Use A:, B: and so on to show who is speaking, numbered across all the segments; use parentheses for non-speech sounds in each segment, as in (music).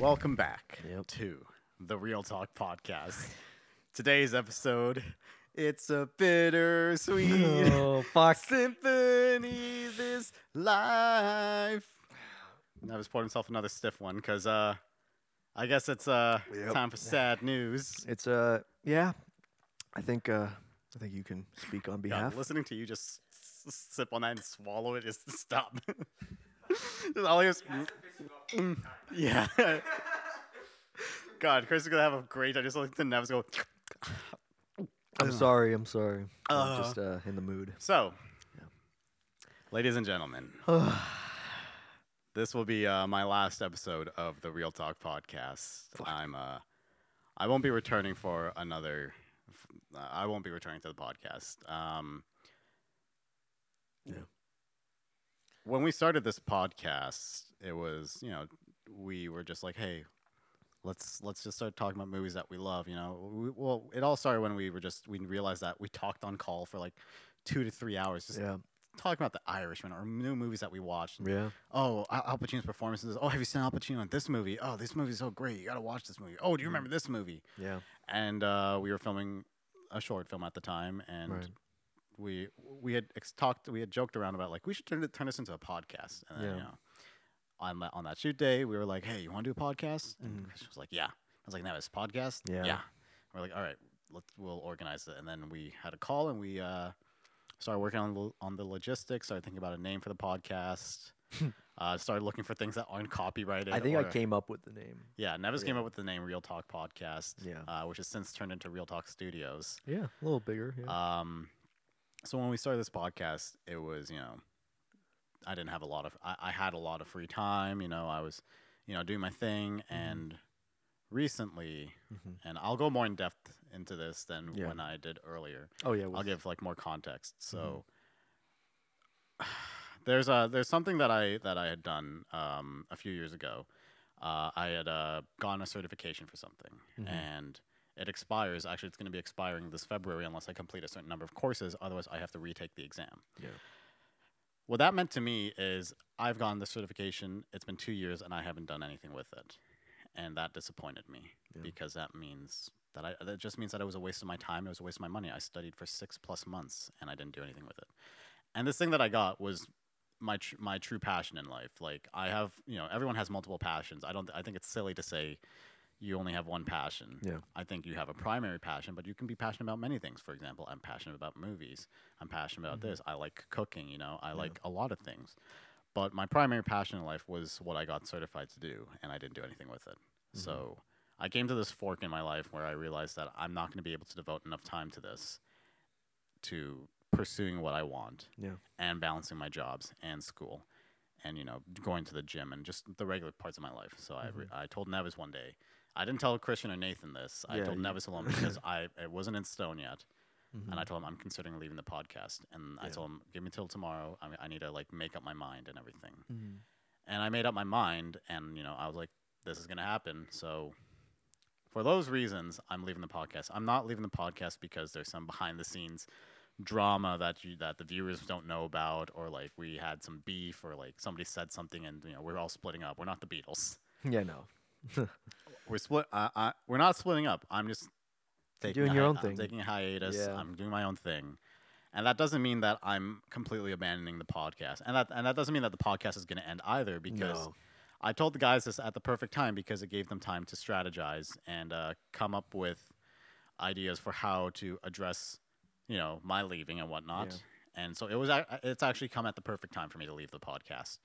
A: Welcome back
B: Yep.
A: to the Real Talk Podcast. Today's episode, it's a
B: (laughs)
A: bittersweet (laughs)
B: Oh fuck!
A: symphony this life. I was poured himself another stiff one because uh, I guess it's uh,
B: Yep.
A: time for sad
B: (laughs)
A: news.
B: It's uh yeah, I think uh I think you can speak on
A: God,
B: behalf.
A: listening to you just s- s- sip on that and swallow it is (laughs) stop. All he was, Mm, (laughs) yeah. God, Chris is gonna have a great. I just looked at the Nevs go.
B: I'm sorry. I'm sorry.
A: Uh.
B: I'm just uh, in the mood.
A: So, ladies and gentlemen, (sighs) this will be uh, my last episode of the Real Talk podcast. I'm uh, I won't be returning for another. f- uh, I won't be returning to the podcast. Um,
B: Yeah.
A: When we started this podcast, it was you know we were just like, hey, let's let's just start talking about movies that we love. You know, we, well, it all started when we were just we realized that we talked on call for like two to three hours just
B: yeah.
A: talking about the Irishman or new movies that we watched.
B: Yeah.
A: Oh, Al Al Pacino's performances. Oh, have you seen Al Pacino in this movie? Oh, this movie's so great. You got to watch this movie. Oh, do you remember this movie?
B: Yeah.
A: And uh, we were filming a short film at the time, and
B: Right.
A: we we had ex- talked, we had joked around about like we should turn it, turn this into a podcast. And then,
B: Yeah.
A: you know, on that on that shoot day, we were like, hey, you want to do a podcast? And
B: Mhm.
A: Chris was like, yeah. I was like, no, it's a podcast.
B: Yeah.
A: We're like, all right, let's we'll organize it. And then we had a call, and we. Uh, started working on the, on the logistics. Started thinking about a name for the
B: (laughs)
A: podcast. uh, started looking for things that aren't copyrighted.
B: I think I
A: or-
B: came up with the name.
A: Yeah, Nevis came
B: yeah.
A: up with the name Real Talk Podcast.
B: Yeah.
A: uh, which has since turned into Real Talk Studios.
B: Yeah. A little bigger. Yeah.
A: Um, so when we started this podcast, it was you know, I didn't have a lot of I, I had a lot of free time. You know, I was you know doing my thing
B: Mm-hmm.
A: and recently
B: Mhm.
A: and I'll go more in depth into this than
B: Yeah.
A: when I did earlier.
B: Oh yeah.
A: I'll
B: with-
A: give like more context. So (sighs) there's a there's something that I that I had done um, a few years ago. Uh, I had uh, gotten a certification for something,
B: Mhm.
A: and it expires. Actually, it's going to be expiring this February unless I complete a certain number of courses. Otherwise, I have to retake the exam.
B: Yeah.
A: What that meant to me is I've gotten this certification. It's been two years, and I haven't done anything with it, and that disappointed me
B: Yeah.
A: because that means that I that just means that it was a waste of my time. It was a waste of my money. I studied for six plus months, and I didn't do anything with it. And this thing that I got was my tr- my true passion in life. Like I have, you know, everyone has multiple passions. I don't. I think it's silly to say you only have one passion.
B: Yeah.
A: I think you have a primary passion, but you can be passionate about many things. For example, I'm passionate about movies. I'm passionate about
B: Mhm.
A: this. I like cooking. You know, I like a lot of things. But my primary passion in life was what I got certified to do, and I didn't do anything with it.
B: Mhm.
A: So I came to this fork in my life where I realized that I'm not going to be able to devote enough time to this, to pursuing what I want
B: Yeah.
A: and balancing my jobs and school and you know going to the gym and just the regular parts of my life so I, re-
B: Mm-hmm.
A: I told nevis one day i didn't tell christian or nathan this i
B: Yeah,
A: told
B: you-
A: nevis
B: (laughs)
A: alone because i it wasn't in stone yet and
B: Mhm.
A: i told him i'm considering leaving the podcast and i
B: Yeah.
A: told him give me till tomorrow I, I need to like make up my mind and everything
B: Mhm.
A: and i made up my mind and you know i was like this is going to happen so for those reasons i'm leaving the podcast i'm not leaving the podcast because there's some behind the scenes drama that you that the viewers don't know about or like we had some beef or like somebody said something and you know we're all splitting up we're not the beatles
B: Yeah. No.
A: we're split uh, I, we're not splitting up i'm just taking
B: doing
A: a
B: your
A: hi-
B: own
A: I'm
B: thing.
A: taking a hiatus
B: Yeah.
A: i'm doing my own thing and that doesn't mean that i'm completely abandoning the podcast and that and that doesn't mean that the podcast is going to end either because
B: no.
A: I told the guys this at the perfect time because it gave them time to strategize and uh, come up with ideas for how to address, you know, my leaving and whatnot. And so it was. ac- It's actually come at the perfect time for me to leave the podcast.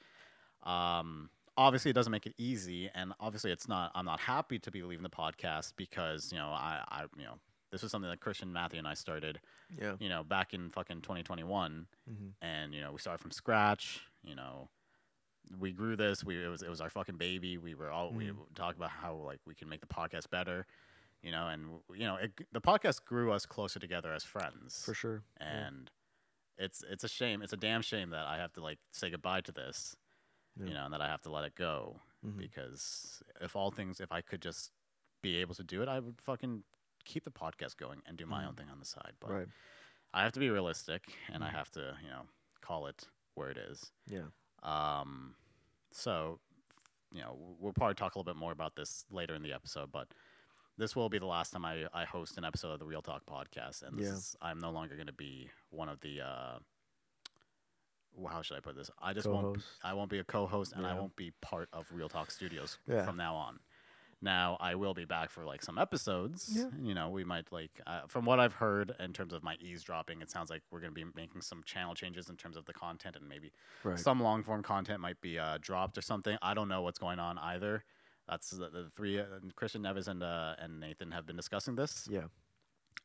A: Um, obviously, it doesn't make it easy, and obviously, it's not. I'm not happy to be leaving the podcast because you know, I, I, you know, this was something that Christian Matthew and I started,
B: Yeah.
A: you know, back in fucking 2021
B: hmm
A: and you know we started from scratch you know we grew this we it was it was our fucking baby we were all we
B: Mhm.
A: talked about how like we can make the podcast better you know and w- you know it, g- the podcast grew us closer together as friends
B: For sure. yeah.
A: and it's it's a shame it's a damn shame that i have to like say goodbye to this you
B: Yeah.
A: know and that i have to let it go
B: Mhm.
A: because if all things if i could just be able to do it i would fucking keep the podcast going and do my own
B: Mhm.
A: thing on the side but
B: Right.
A: I have to be realistic and I have to, you know, call it where it is.
B: Yeah.
A: Um, so you know, w- we'll probably talk a little bit more about this later in the episode, but this will be the last time I, I host an episode of the Real Talk podcast, and this
B: Yeah.
A: is, I'm no longer going to be one of the. Uh, wh- how should I put this? I just won't.
B: Co-host.
A: I won't be a co-host, and I
B: Yeah.
A: won't be part of Real Talk Studios
B: Yeah.
A: from now on. Now I will be back for like some episodes.
B: Yeah.
A: You know, we might like uh, from what I've heard in terms of my eavesdropping, it sounds like we're going to be making some channel changes in terms of the content, and maybe
B: Right.
A: some long form content might be uh, dropped or something. I don't know what's going on either. That's the, the three uh, Christian Nevis and uh, and Nathan have been discussing this.
B: Yeah.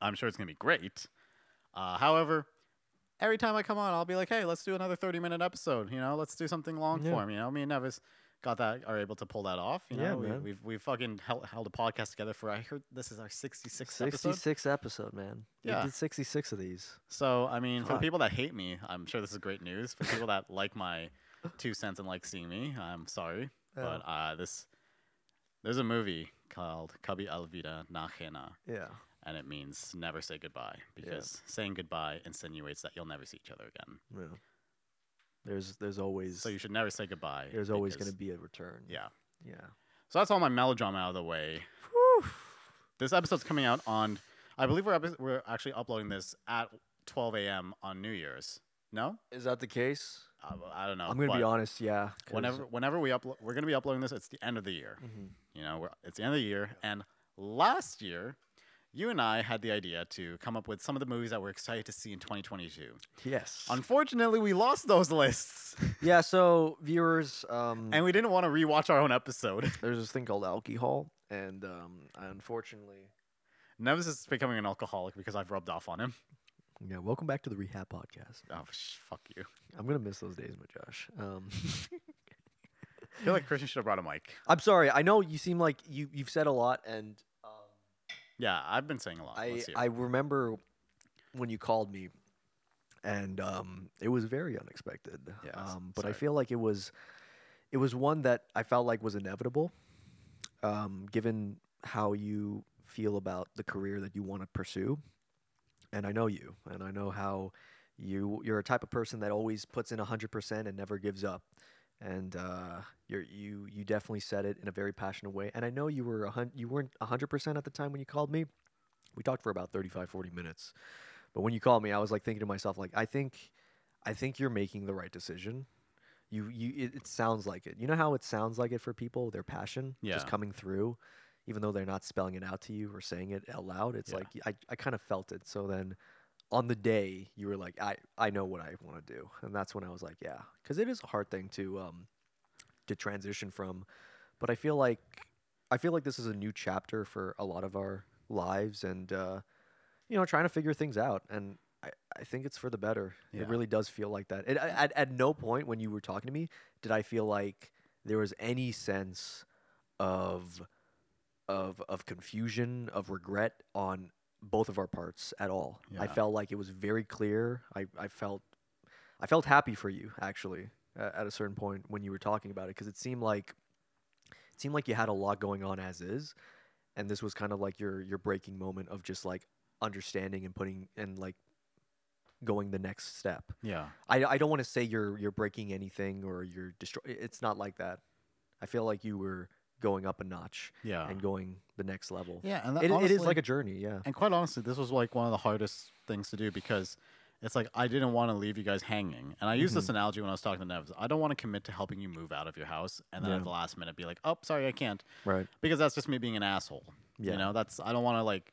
A: I'm sure it's gonna be great. Uh, however, every time I come on, I'll be like, hey, let's do another 30 minute episode. You know, let's do something long
B: Yeah.
A: form. You know, me and Nevis got that are able to pull that off. You
B: Yeah,
A: know, we,
B: man.
A: we've we've fucking held, held a podcast together for I heard this is our 66th episode.
B: 66 episode, man.
A: Yeah.
B: We did 66 of these.
A: So I mean, for
B: Fuck.
A: people that hate me, I'm sure this is great news. For people that like my two cents and like seeing me, I'm sorry, but uh, this there's a movie called Cubby Alvida Nachena,
B: yeah.
A: and it means never say goodbye
B: Yeah.
A: because saying goodbye insinuates that you'll never see each other again.
B: yeah. There's there's always
A: So you should never say goodbye.
B: there's always
A: because-
B: going to be a return.
A: yeah.
B: Yeah.
A: So that's all my melodrama out of the way. This episode's coming out on, I believe we're epi- we're actually uploading this at 12 a.m. on New Year's. No,
B: Is that the case?
A: I, I don't know.
B: I'm going to be
A: but-
B: honest, yeah. 'cause-
A: Uh, whenever whenever we upload we're going to be uploading this it's the end of the year
B: Mhm.
A: you know we're, it's the end of the year and last year you and i had the idea to come up with some of the movies that we're excited to see in 2022
B: Yes.
A: unfortunately we lost those (laughs) lists
B: yeah, so viewers um
A: and we didn't want to rewatch our own episode (laughs)
B: there's this thing called alcohol and um I unfortunately
A: nevis is becoming an alcoholic because i've rubbed off on him
B: Yeah, welcome back to the rehab podcast.
A: oh sh- fuck you
B: I'm going to miss those days, my Josh. Um (laughs)
A: i feel like christian should have brought a mic
B: I'm sorry. I know you seem like you you've said a lot and um
A: yeah i've been saying a lot
B: I,
A: Let's hear it.
B: I remember when you called me, and um, it was very unexpected.
A: Yeah, s-
B: um, but I
A: sorry.
B: feel like it was, it was one that I felt like was inevitable, um, given how you feel about the career that you want to pursue, and I know you, and I know how you you're a type of person that always puts in hundred percent and never gives up. And uh, you're, you you definitely said it in a very passionate way, and I know you were a hun- you weren't hundred percent at the time when you called me, we talked for about 35 40 minutes but when you called me i was like thinking to myself like i think i think you're making the right decision you you it, it sounds like it you know how it sounds like it for people their passion just
A: Yeah.
B: coming through even though they're not spelling it out to you or saying it out loud it's
A: Yeah.
B: like i, I kind of felt it so then on the day you were like i i know what i want to do and that's when i was like yeah because it is a hard thing to um to transition from but i feel like i feel like this is a new chapter for a lot of our lives and uh you know trying to figure things out and i i think it's for the better
A: Yeah.
B: it really does feel like that it, I- at, at no point when you were talking to me did i feel like there was any sense of of of confusion of regret on both of our parts at all i
A: Yeah.
B: felt like it was very clear i i felt i felt happy for you actually a- at a certain point when you were talking about it because it seemed like it seemed like you had a lot going on as is and this was kind of like your your breaking moment of just like understanding and putting and like going the next step
A: yeah
B: I, I don't want to say you're you're breaking anything or you're destroy. It's not like that. I feel like you were going up a notch
A: yeah
B: and going the next level.
A: yeah and
B: It, it is
A: honestly-
B: like a journey. Yeah.
A: And quite honestly, this was like one of the hardest things to do because it's like I didn't want to leave you guys hanging. And I used
B: Mm-hmm.
A: this analogy when I was talking to Nevs. I don't want to commit to helping you move out of your house and then
B: Yeah.
A: at the last minute be like, "Oh, sorry, I can't,"
B: Right.
A: because that's just me being an asshole.
B: Yeah.
A: You know, that's I don't want to like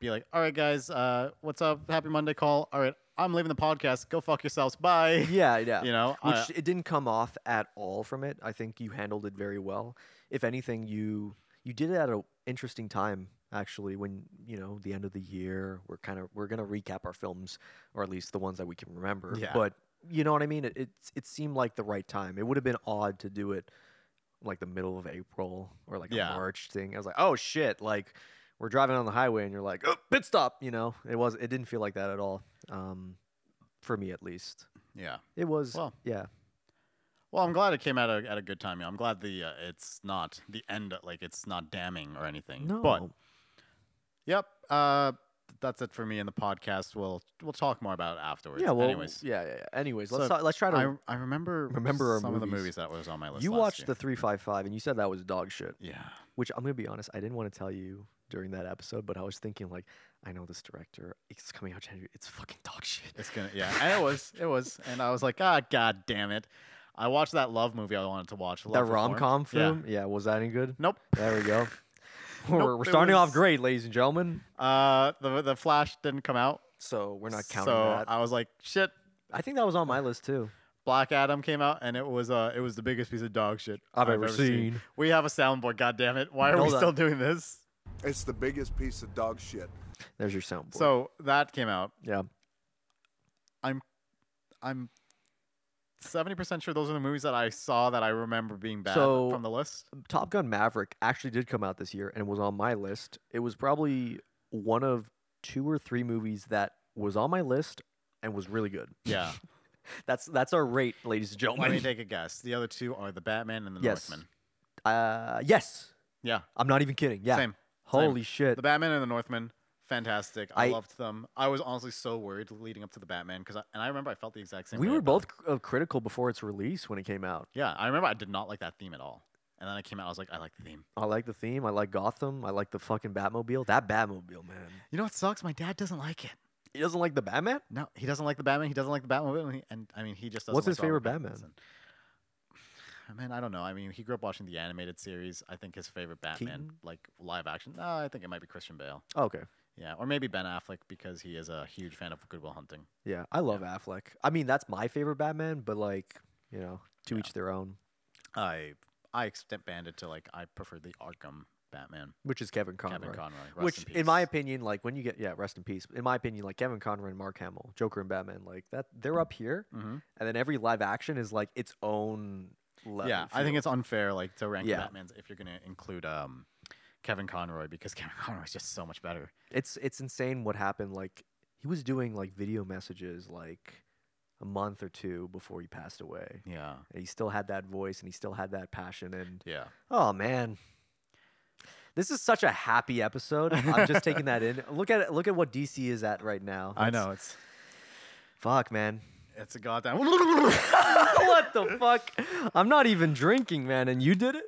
A: be like, "All right, guys, uh, what's up? Happy Monday call. All right, I'm leaving the podcast. Go fuck yourselves. Bye."
B: (laughs) Yeah. Yeah.
A: (laughs) You know,
B: Which
A: I- uh
B: it didn't come off at all from it. I think you handled it very well. If anything, you you did it at an interesting time actually when you know the end of the year we're kind of we're gonna recap our films or at least the ones that we can remember
A: Yeah.
B: but you know what i mean it, it it seemed like the right time it would have been odd to do it like the middle of April or like
A: Yeah.
B: a March thing. I was like, oh shit, like we're driving on the highway and you're like, oh, pit stop, you know. It was it didn't feel like that at all. Um for me at least.
A: yeah.
B: It was
A: Well.
B: yeah.
A: Well, I'm glad it came out at a, at a good time. yeah. I'm glad the uh, it's not the end, like it's not damning or anything.
B: No.
A: But Yep. Uh, that's it for me in the podcast. We'll we'll talk more about it afterwards.
B: yeah. Well.
A: Anyways,
B: Yeah. Yeah. yeah. Anyways, let's
A: So,
B: talk, let's try to.
A: I I remember
B: remember our
A: some of the
B: movies.
A: movies that was on my list.
B: you
A: last
B: watched
A: year.
B: the three five five, and you said that was dog shit.
A: yeah.
B: Which I'm gonna be honest, I didn't want to tell you during that episode, but I was thinking like, I know this director. It's coming out January. It's fucking dog shit.
A: It's gonna yeah, and it was it was, and I was like, ah, god damn it! I watched that love movie I wanted to watch. Love
B: that
A: Reformed.
B: rom com
A: Yeah.
B: film. Yeah. Was that any good?
A: Nope.
B: There
A: (laughs)
B: we go. we're,
A: Nope,
B: we're
A: it
B: starting off
A: was-
B: great, ladies and gentlemen.
A: Uh, the the Flash didn't come out,
B: So we're not counting
A: so
B: that.
A: I was like, shit.
B: I think that was on my list too.
A: Black Adam came out, and it was uh, it was the biggest piece of dog shit
B: I've ever seen.
A: We have a soundboard, god damn it! Why are
B: No,
A: we
B: that-
A: still doing this?
C: It's the biggest piece of dog shit.
B: There's your soundboard.
A: So that came out.
B: yeah,
A: I'm seventy percent sure those are the movies that I saw that I remember being bad
B: So-
A: from the list.
B: Top Gun Maverick actually did come out this year and was on my list. It was probably one of two or three movies that was on my list and was really good.
A: Yeah.
B: (laughs) That's that's our rate, ladies and
A: Let me
B: gentlemen.
A: take a guess. The other two are the Batman and the
B: Yes.
A: Northman.
B: Uh, yes,
A: Yeah.
B: I'm not even kidding. Yeah,
A: Same.
B: holy shit.
A: The Batman and the Northman, fantastic. I,
B: I-
A: loved them. I was honestly so worried leading up to the Batman because, I, and I remember I felt the exact same.
B: We
A: way
B: were
A: about
B: both
A: it.
B: cr- uh, critical before its release when it came out.
A: Yeah, I remember I did not like that theme at all, and then I came out. I was like, I like the theme.
B: I like the theme. I like Gotham. I like the fucking Batmobile. That Batmobile, man.
A: You know what sucks? My dad doesn't like it.
B: He doesn't like the Batman.
A: No, he doesn't like the Batman. He doesn't like the Batmobile, and, he, and I mean, he just doesn't.
B: What's
A: like
B: his favorite
A: Robert
B: Batman?
A: Pattinson. Man, I don't know. I mean, he grew up watching the animated series. I think his favorite Batman,
B: Keaton?
A: like live action, no, I think it might be Christian Bale.
B: Oh, okay.
A: Yeah, or maybe Ben Affleck because he is a huge fan of Goodwill Hunting.
B: Yeah, I love Affleck. I mean, that's my favorite Batman, but like, you know, to
A: Yeah.
B: each their own.
A: I I expanded to like I prefer the Arkham Batman.
B: Which is Kevin Conroy.
A: Kevin Conroy, rest
B: which,
A: in,
B: in,
A: peace.
B: my opinion, like when you get yeah, rest in peace. In my opinion, like Kevin Conroy and Mark Hamill, Joker and Batman, like that they're up here,
A: Mhm.
B: and then every live action is like its own level.
A: yeah, I think it's unfair like to rank the
B: Yeah.
A: Batman's if you're gonna include um Kevin Conroy because Kevin (laughs) Conroy is just so much better.
B: it's it's insane what happened. Like he was doing like video messages like a month or two before he passed away.
A: Yeah,
B: And he still had that voice, and he still had that passion, and
A: yeah.
B: Oh man. This is such a happy episode. I'm just taking that
A: (laughs)
B: in. Look at it. Look at what DC is at right now.
A: I
B: That's-
A: know it's
B: Fuck, man.
A: it's a goddamn. (laughs)
B: (laughs) what the fuck? I'm not even drinking, man, and you did it?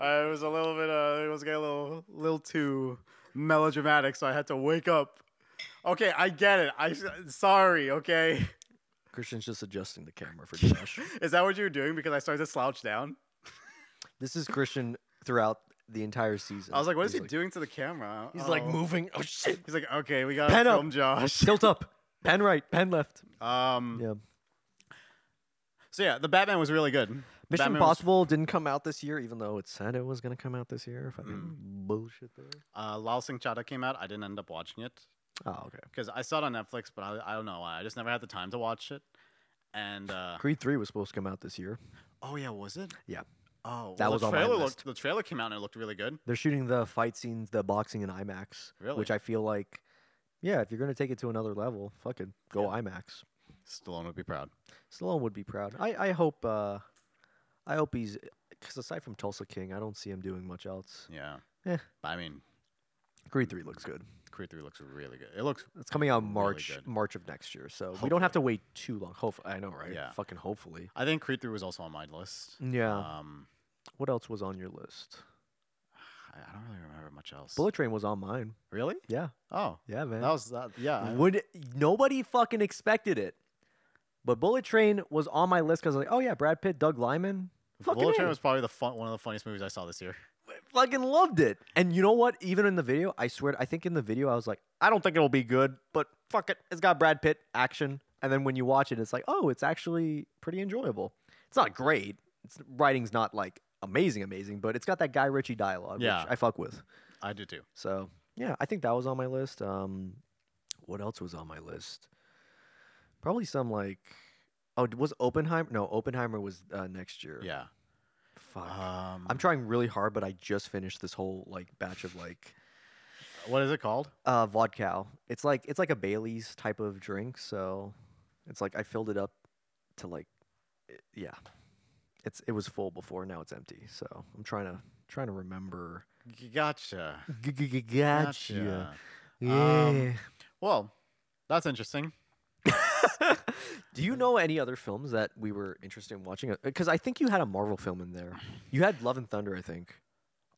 A: I was a little bit. Uh, it was getting a little, little too melodramatic, so I had to wake up. Okay, I get it. I sorry. Okay,
B: Christian's just adjusting the camera for (laughs) Josh.
A: is that what you were doing? Because I started to slouch down.
B: this is Christian throughout the entire season.
A: I was like, "What is
B: He's
A: he doing to the camera?"
B: He's like
A: Oh.
B: moving. Oh shit.
A: He's like, "Okay, we got
B: Pen up.
A: film Josh."
B: Tilt up. Pen right, pen left.
A: Um.
B: Yeah.
A: So yeah, the Batman was really good.
B: Mission
A: Batman was-
B: Impossible didn't come out this year, even though it said it was gonna come out this year. If I didn't
A: Mm.
B: bullshit there.
A: uh, Lao Sing Chada came out. I didn't end up watching it
B: Oh, okay.
A: because I saw it on Netflix, but I, I don't know why. I just never had the time to watch it. And uh,
B: Creed 3 was supposed to come out this year.
A: oh yeah, was it?
B: Yeah.
A: Oh,
B: That
A: well,
B: was
A: the
B: on my
A: trailer
B: list.
A: looked. The trailer came out and it looked really good.
B: They're shooting the fight scenes, the boxing in IMAX, which
A: Really?
B: I feel like, yeah, if you're gonna take it to another level, fucking go IMAX.
A: Stallone would be proud.
B: Stallone would be proud. I, I hope, uh, I hope he's, because aside from Tulsa King, I don't see him doing much else.
A: Yeah.
B: Yeah.
A: But, I mean,
B: Creed three looks good.
A: Creed Three looks really good. It looks.
B: It's coming out
A: Really
B: March
A: good.
B: March of next year, so we don't have to wait too long. Hopefully, I know, right?
A: Yeah.
B: Fucking hopefully.
A: I think Creed Three was also on my list.
B: Yeah.
A: Um,
B: what else was on your list?
A: I, I don't really remember much else.
B: Bullet Train was on mine.
A: Really?
B: Yeah.
A: Oh,
B: Yeah, man.
A: that was uh, that. Yeah. I-
B: Would nobody fucking expected it? But Bullet Train was on my list because like, oh yeah, Brad Pitt, Doug Lyman, fucking,
A: Bullet Train
B: A.
A: was probably the fun, one of the funniest movies I saw this year.
B: fucking loved it. And you know what? Even in the video, I swear, I think in the video I was like, I don't think it'll be good, but fuck it, it's got Brad Pitt action. And then when you watch it, it's like, oh, it's actually pretty enjoyable. It's not great. It's writing's not like amazing, amazing, but it's got that Guy Ritchie dialogue,
A: Yeah.
B: which I fuck with.
A: I do too.
B: So yeah, I think that was on my list. Um, what else was on my list? Probably some like oh, d- was Oppenheimer? No, Oppenheimer was uh, next year.
A: Yeah.
B: Fuck.
A: Um,
B: I'm trying really hard, but I just finished this whole like batch of like
A: what is it called?
B: uh, vodka. It's like it's like a Bailey's type of drink, so it's like I filled it up to like i- yeah. It's it was full before, now it's empty. So I'm trying to trying to remember.
A: Gotcha.
B: Gotcha.
A: Gotcha. Um, Well, that's interesting.
B: (laughs) Do you know any other films that we were interested in watching? Because I think you had a Marvel film in there. You had Love and Thunder, I think.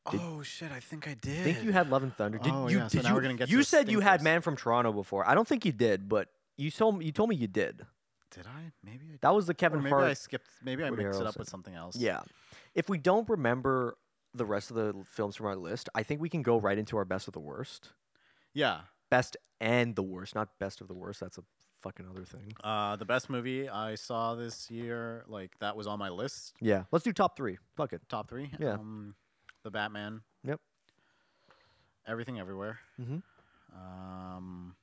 B: Did-
A: oh shit! I think I did.
B: I think you had Love and Thunder. Did
A: Oh,
B: you?
A: yeah, so
B: did
A: now
B: you,
A: we're gonna get to
B: you
A: the
B: said you had
A: stinkers.
B: Man from Toronto before. I don't think you did, but you told me, you told me you did.
A: Did I? Maybe I.
B: That was the
A: Or
B: Kevin
A: maybe
B: Hart.
A: I skipped. Maybe I
B: Woody
A: mixed it up
B: Harrelson.
A: with something else.
B: Yeah. If we don't remember the rest of the films from our list, I think we can go right into our best of the worst.
A: Yeah.
B: Best and the worst, not best of the worst. That's a fucking other thing.
A: Uh, the best movie I saw this year, like that was on my list,
B: Yeah. Let's do top three. Fuck it.
A: top three.
B: Yeah.
A: Um, the Batman.
B: Yep.
A: Everything, everywhere.
B: Mhm.
A: Um.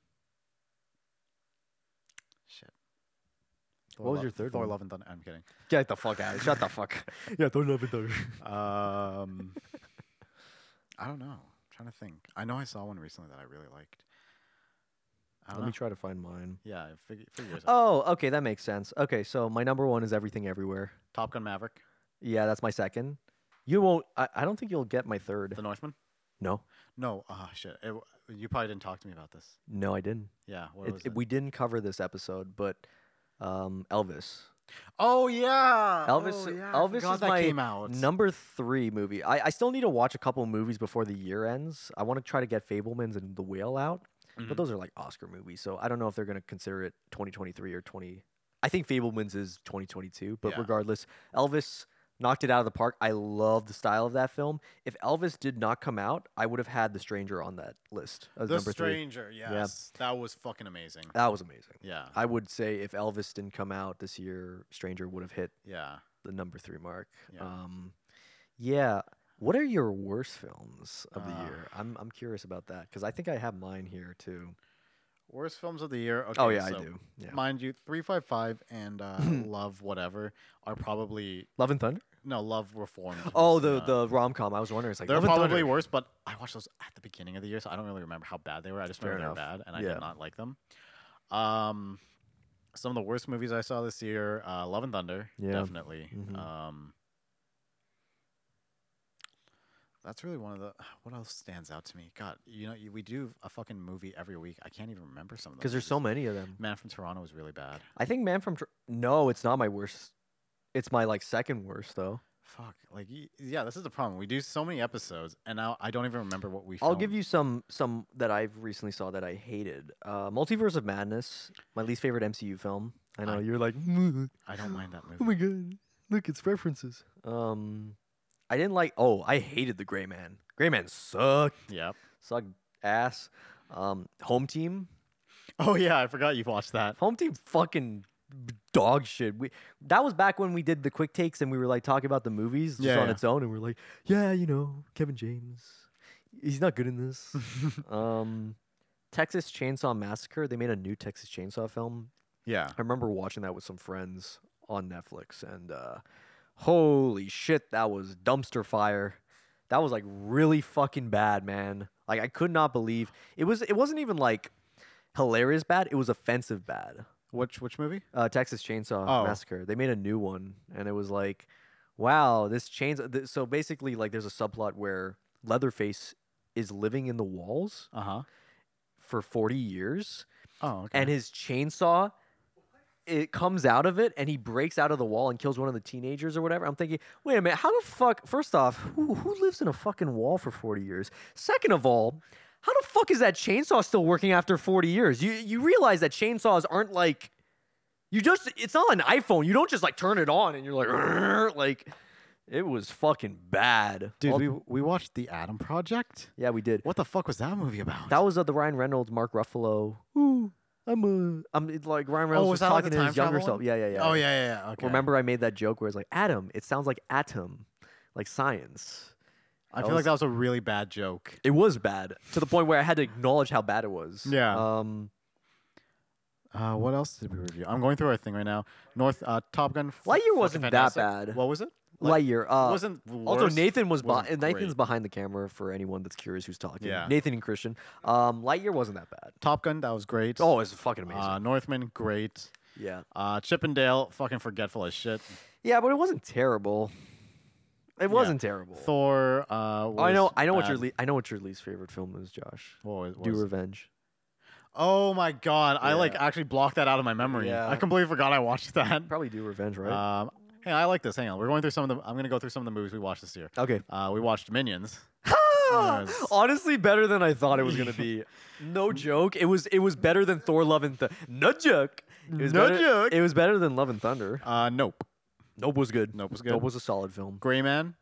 A: Shit.
B: What was
A: Lo-
B: your third
A: Thor:
B: one?
A: Love and Thunder. I'm kidding.
B: Get the fuck out. Shut the fuck.
A: (laughs)
B: Yeah, don't love it though.
A: Um, (laughs) I don't know. I'm trying to think. I know I saw one recently that I really liked. I don't
B: Let
A: know.
B: me try to find mine.
A: yeah, figure, figure yours out.
B: Oh, okay, that makes sense. Okay, so my number one is Everything Everywhere.
A: Top Gun Maverick,
B: Yeah, that's my second. You won't. I, I don't think you'll get my
A: The
B: third.
A: Northman.
B: No,
A: No, ah, shit. It, w- you probably didn't talk to me about this.
B: no, I didn't.
A: Yeah, what
B: It,
A: was
B: it-
A: it?
B: we didn't cover this episode, but um, Elvis.
A: oh yeah,
B: Elvis-
A: Oh, yeah, I
B: Elvis
A: forgot
B: is
A: that
B: my
A: came out.
B: Number three movie. I, I still need to watch a couple movies before the year ends. I want to try to get Fablemans and The Whale out,
A: Mhm.
B: but those are like Oscar movies, so I don't know if they're going to consider it 2023 or 20. I think Fablemans is 2022, but
A: Yeah.
B: regardless, Elvis knocked it out of the park. I love the style of that film. If Elvis did not come out, I would have had The Stranger on that list as
A: The
B: number three.
A: Stranger. Yes, that was fucking amazing.
B: That was amazing.
A: Yeah,
B: I would say if Elvis didn't come out this year, Stranger would have hit
A: yeah.
B: the number three mark.
A: Yeah.
B: Um, yeah. What are your worst films of the
A: Uh,
B: year? I'm I'm curious about that because I think I have mine here too.
A: Worst films of the year. Okay,
B: oh yeah, I
A: so,
B: do. Yeah.
A: Mind you, three five five and
B: (laughs)
A: uh, Love Whatever are probably
B: Love and Thunder.
A: no Love Reformed.
B: Oh,
A: was,
B: the
A: uh,
B: the rom com. I was wondering. It's like
A: They're
B: Love and
A: probably
B: Thunder.
A: worse, but I watched those at the beginning of the year, so I don't really remember how bad they were. I just
B: Fair
A: remember they were bad, and I
B: Yeah.
A: did not like them. Um, some of the worst movies I saw this year: uh, Love and Thunder,
B: Yeah.
A: definitely.
B: Mhm.
A: Um, that's really one of the. (sighs) What else stands out to me? God, you know, you- we do a fucking movie every week. I can't even remember some of them.
B: because there's so many of them.
A: Man from Toronto was really bad.
B: I think Man from Tr- No, it's not my worst. It's my like second worst though.
A: Fuck, like y- yeah, this is the problem. We do so many episodes, and now I don't even remember what we.
B: I'll give
A: filmed.
B: you some some that I've recently saw that I hated. Uh, Multiverse of Madness, my least favorite MCU film. I know
A: I-
B: you're like, (laughs)
A: I don't mind that movie.
B: Oh my god. Look, it's references. Um I didn't like oh, I hated the Gray Man. Gray Man sucked.
A: Yep.
B: Sucked ass. Um home team.
A: Oh yeah, I forgot you watched that.
B: Home team fucking dog shit. We that was back when we did the quick takes and we were like talking about the movies just
A: Yeah,
B: on
A: yeah.
B: its own and we are like, yeah, you know, Kevin James. He's not good in
A: (laughs)
B: this. um Texas Chainsaw Massacre, they made a new Texas Chainsaw film
A: Yeah.
B: I remember watching that with some friends on Netflix, and uh, holy shit, that was dumpster fire. That was like really fucking bad, man. Like I could not believe it was. It wasn't even like hilarious bad. It was offensive bad.
A: Which which movie?
B: Uh, Texas Chainsaw
A: Oh.
B: Massacre. They made a new one, and it was like, wow, this chainsaw. Th- so basically, like there's a subplot where Leatherface is living in the walls
A: Uh huh.
B: for 40 years
A: Oh, okay.
B: and his chainsaw it comes out of it and he breaks out of the wall and kills one of the teenagers or whatever. I'm thinking, wait a minute, how the fuck? First off, who, who lives in a fucking wall for 40 years? Second of all, how the fuck is that chainsaw still working after 40 years? You you realize that chainsaws aren't like you just it's not an iPhone. You don't just like turn it on and you're like "Rrrr," like (laughs) it was fucking bad.
A: dude,
B: All-
A: we we watched the Adam Project.
B: yeah, we did.
A: What the fuck was that movie about?
B: That was uh, the Ryan Reynolds, Mark Ruffalo. Ooh, I'm a, I'm it's like Ryan Reynolds
A: Oh, was
B: was
A: that like
B: talking
A: the
B: to
A: time
B: his younger
A: travel
B: self.
A: one?
B: Yeah, yeah, yeah.
A: Oh yeah, yeah. yeah. Okay.
B: Remember, I made that joke where it's like atom. It sounds like atom, like science.
A: I
B: that
A: feel
B: was-
A: like that was a really bad joke.
B: It was bad to the point where I had to acknowledge how bad it was.
A: Yeah.
B: Um,
A: Uh, what else did we review? I'm going through our thing right now. North uh, Top Gun. f-
B: Lightyear
A: fucking
B: wasn't that
A: fantastic.
B: bad.
A: What was it? Light-
B: Lightyear. Uh,
A: wasn't
B: also,
A: worse,
B: Nathan was
A: wasn't
B: behi- Nathan's
A: great.
B: behind the camera for anyone that's curious who's talking.
A: Yeah.
B: Nathan and Christian. Um, Lightyear wasn't that bad.
A: Top Gun. That was great.
B: Oh, it's fucking amazing.
A: Uh, Northman, great.
B: yeah.
A: Uh, Chippendale, fucking forgetful as shit.
B: Yeah, but it wasn't terrible. It wasn't terrible.
A: Thor. Uh,
B: Oh, I know.
A: was
B: I know what your
A: bad.
B: le- I know what your least favorite film is, Josh.
A: What was, what
B: Do
A: was-
B: Revenge.
A: Oh my god, I like
B: Yeah.
A: actually blocked that out of my memory.
B: Yeah.
A: I completely forgot I watched (laughs) that.
B: Probably do revenge, right?
A: Um, hey, I like this. Hang on, we're going through some of the. I'm gonna go through some of the movies we watched this year.
B: okay.
A: Uh, we watched Minions. Yes.
B: Honestly, better than I thought it was
A: (laughs)
B: gonna be. No joke. It was. It was better than Thor: Love and Thunder. No joke. It was
A: No
B: better,
A: joke.
B: It was better than Love and Thunder.
A: Uh, nope.
B: Nope was good.
A: Nope was
B: Nope
A: good.
B: was a solid film.
A: Gray Man,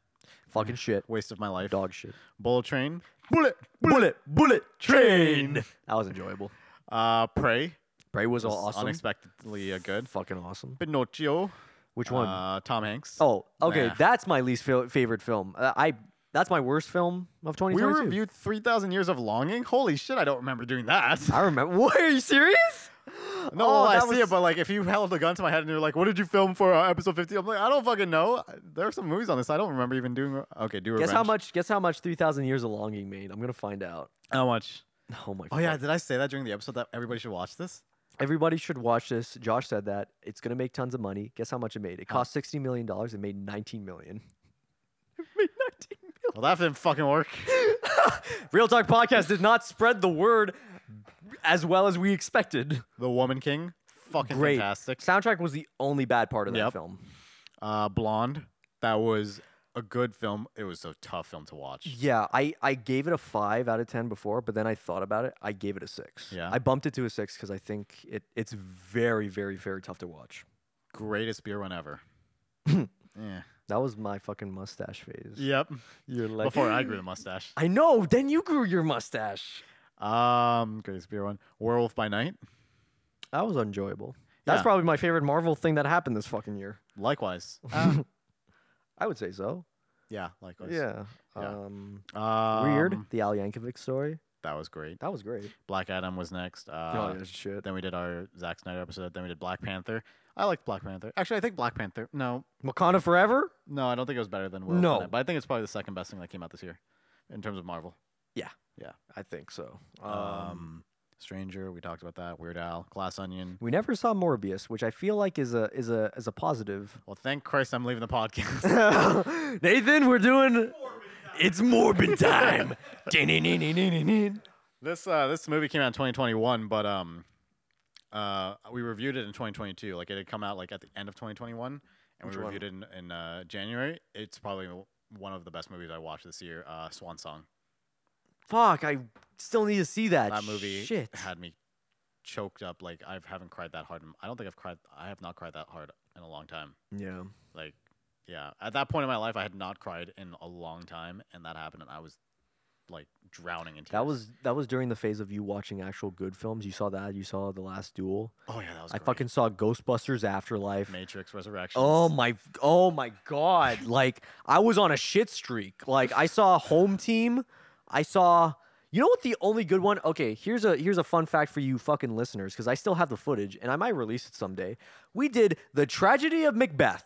B: Fucking shit.
A: waste of my life.
B: Dog shit.
A: Bullet Train,
B: Bullet, bullet, bullet train. That was enjoyable.
A: uh, Prey.
B: Bray was, all
A: was
B: awesome.
A: Unexpectedly uh, good.
B: Fucking awesome.
A: Pinocchio.
B: Which one?
A: Uh, Tom Hanks.
B: oh, okay.
A: nah.
B: That's my least fa- favorite film. Uh, I. That's my worst film of
A: We
B: 2022.
A: reviewed 3,000 Years of Longing. Holy shit, I don't remember doing that. (laughs)
B: I remember. (laughs) What are you serious?
A: No,
B: Oh,
A: well, I
B: that
A: see
B: was-
A: it, but like if you held a gun to my head and you're like, "What did you film for uh, episode 50? I'm like, "I don't fucking know." There are some movies on this I don't remember even doing. uh, Okay, do
B: Guess how
A: Revenge.
B: much? Guess how much? Three thousand years of longing made. I'm gonna find out.
A: How much?
B: (laughs) Oh my.
A: Oh yeah, did I say that during the episode that everybody should watch
B: (laughs)
A: this?
B: Everybody should watch this. Josh said that it's gonna make tons of money. Guess how much it made? It cost sixty million dollars. It made nineteen million. (laughs) It made nineteen
A: Well, that didn't fucking work. (laughs)
B: million. Real Talk Podcast did not spread the word as well as we expected.
A: the Woman King, fucking
B: Great.
A: fantastic.
B: Soundtrack was the only bad part of that
A: Yep.
B: film.
A: Uh, Blonde, that was a good film. It was a tough film to watch.
B: Yeah, I, I gave it a five out of ten before, but then I thought about it. I gave it a six.
A: Yeah.
B: I bumped it to a six because I think it it's very very very tough to watch.
A: Greatest beer one
B: (laughs)
A: ever. yeah.
B: That was my fucking mustache phase.
A: Yep.
B: You're like
A: Before I
B: (laughs)
A: grew the mustache.
B: I know. Then you grew your mustache.
A: Um, greatest beer one. Werewolf by Night.
B: That was enjoyable. That's
A: Yeah.
B: probably my favorite Marvel thing that happened this fucking year. (laughs)
A: Likewise. Uh,
B: I would say so.
A: yeah, likewise.
B: Yeah.
A: Yeah.
B: Um,
A: Weird.
B: weird. The Al Yankovic story.
A: That was great.
B: That was great.
A: Black Adam was next. Uh,
B: oh yeah, shit.
A: Then we did our Zack Snyder episode. Then we did Black Panther. I liked Black Panther. Actually, I think Black Panther. No,
B: Wakanda Forever.
A: no, I don't think it was better than Werewolf
B: No.
A: By Night, but I think it's probably the second best thing that came out this year in terms of Marvel.
B: I think so.
A: Um, Stranger, we talked about that. Weird Al, Glass Onion.
B: we never saw Morbius, which I feel like is a is a is a positive.
A: Well, thank Christ I'm leaving the podcast.
B: (laughs) Nathan, we're doing. It's Morbid time. (laughs)
A: this uh, this movie came out in 2021, but um, uh, we reviewed it in 2022. Like it had come out like at the end of 2021, and
B: Which
A: we
B: one?
A: reviewed it in, in uh, January. It's probably w- one of the best movies I watched this year. Uh, Swan Song.
B: Fuck, I still need to see that.
A: that movie
B: Ah, Shit.
A: had me choked up. Like I haven't cried that hard. in- I don't think I've cried. I have not cried that hard in a long time.
B: Yeah.
A: Like, yeah, at that point in my life, I had not cried in a long time, and that happened, and I was like drowning in tears.
B: That was that was during the phase of you watching actual good films. You saw that. You saw The Last Duel.
A: oh yeah, that was.
B: I
A: great.
B: fucking saw Ghostbusters Afterlife.
A: Matrix Resurrection.
B: Oh my oh my god. Like I was on a shit streak. Like I saw Home Team. I saw You know what the only good one? Okay, here's a here's a fun fact for you fucking listeners cuz I still have the footage and I might release it someday. We did The Tragedy of Macbeth.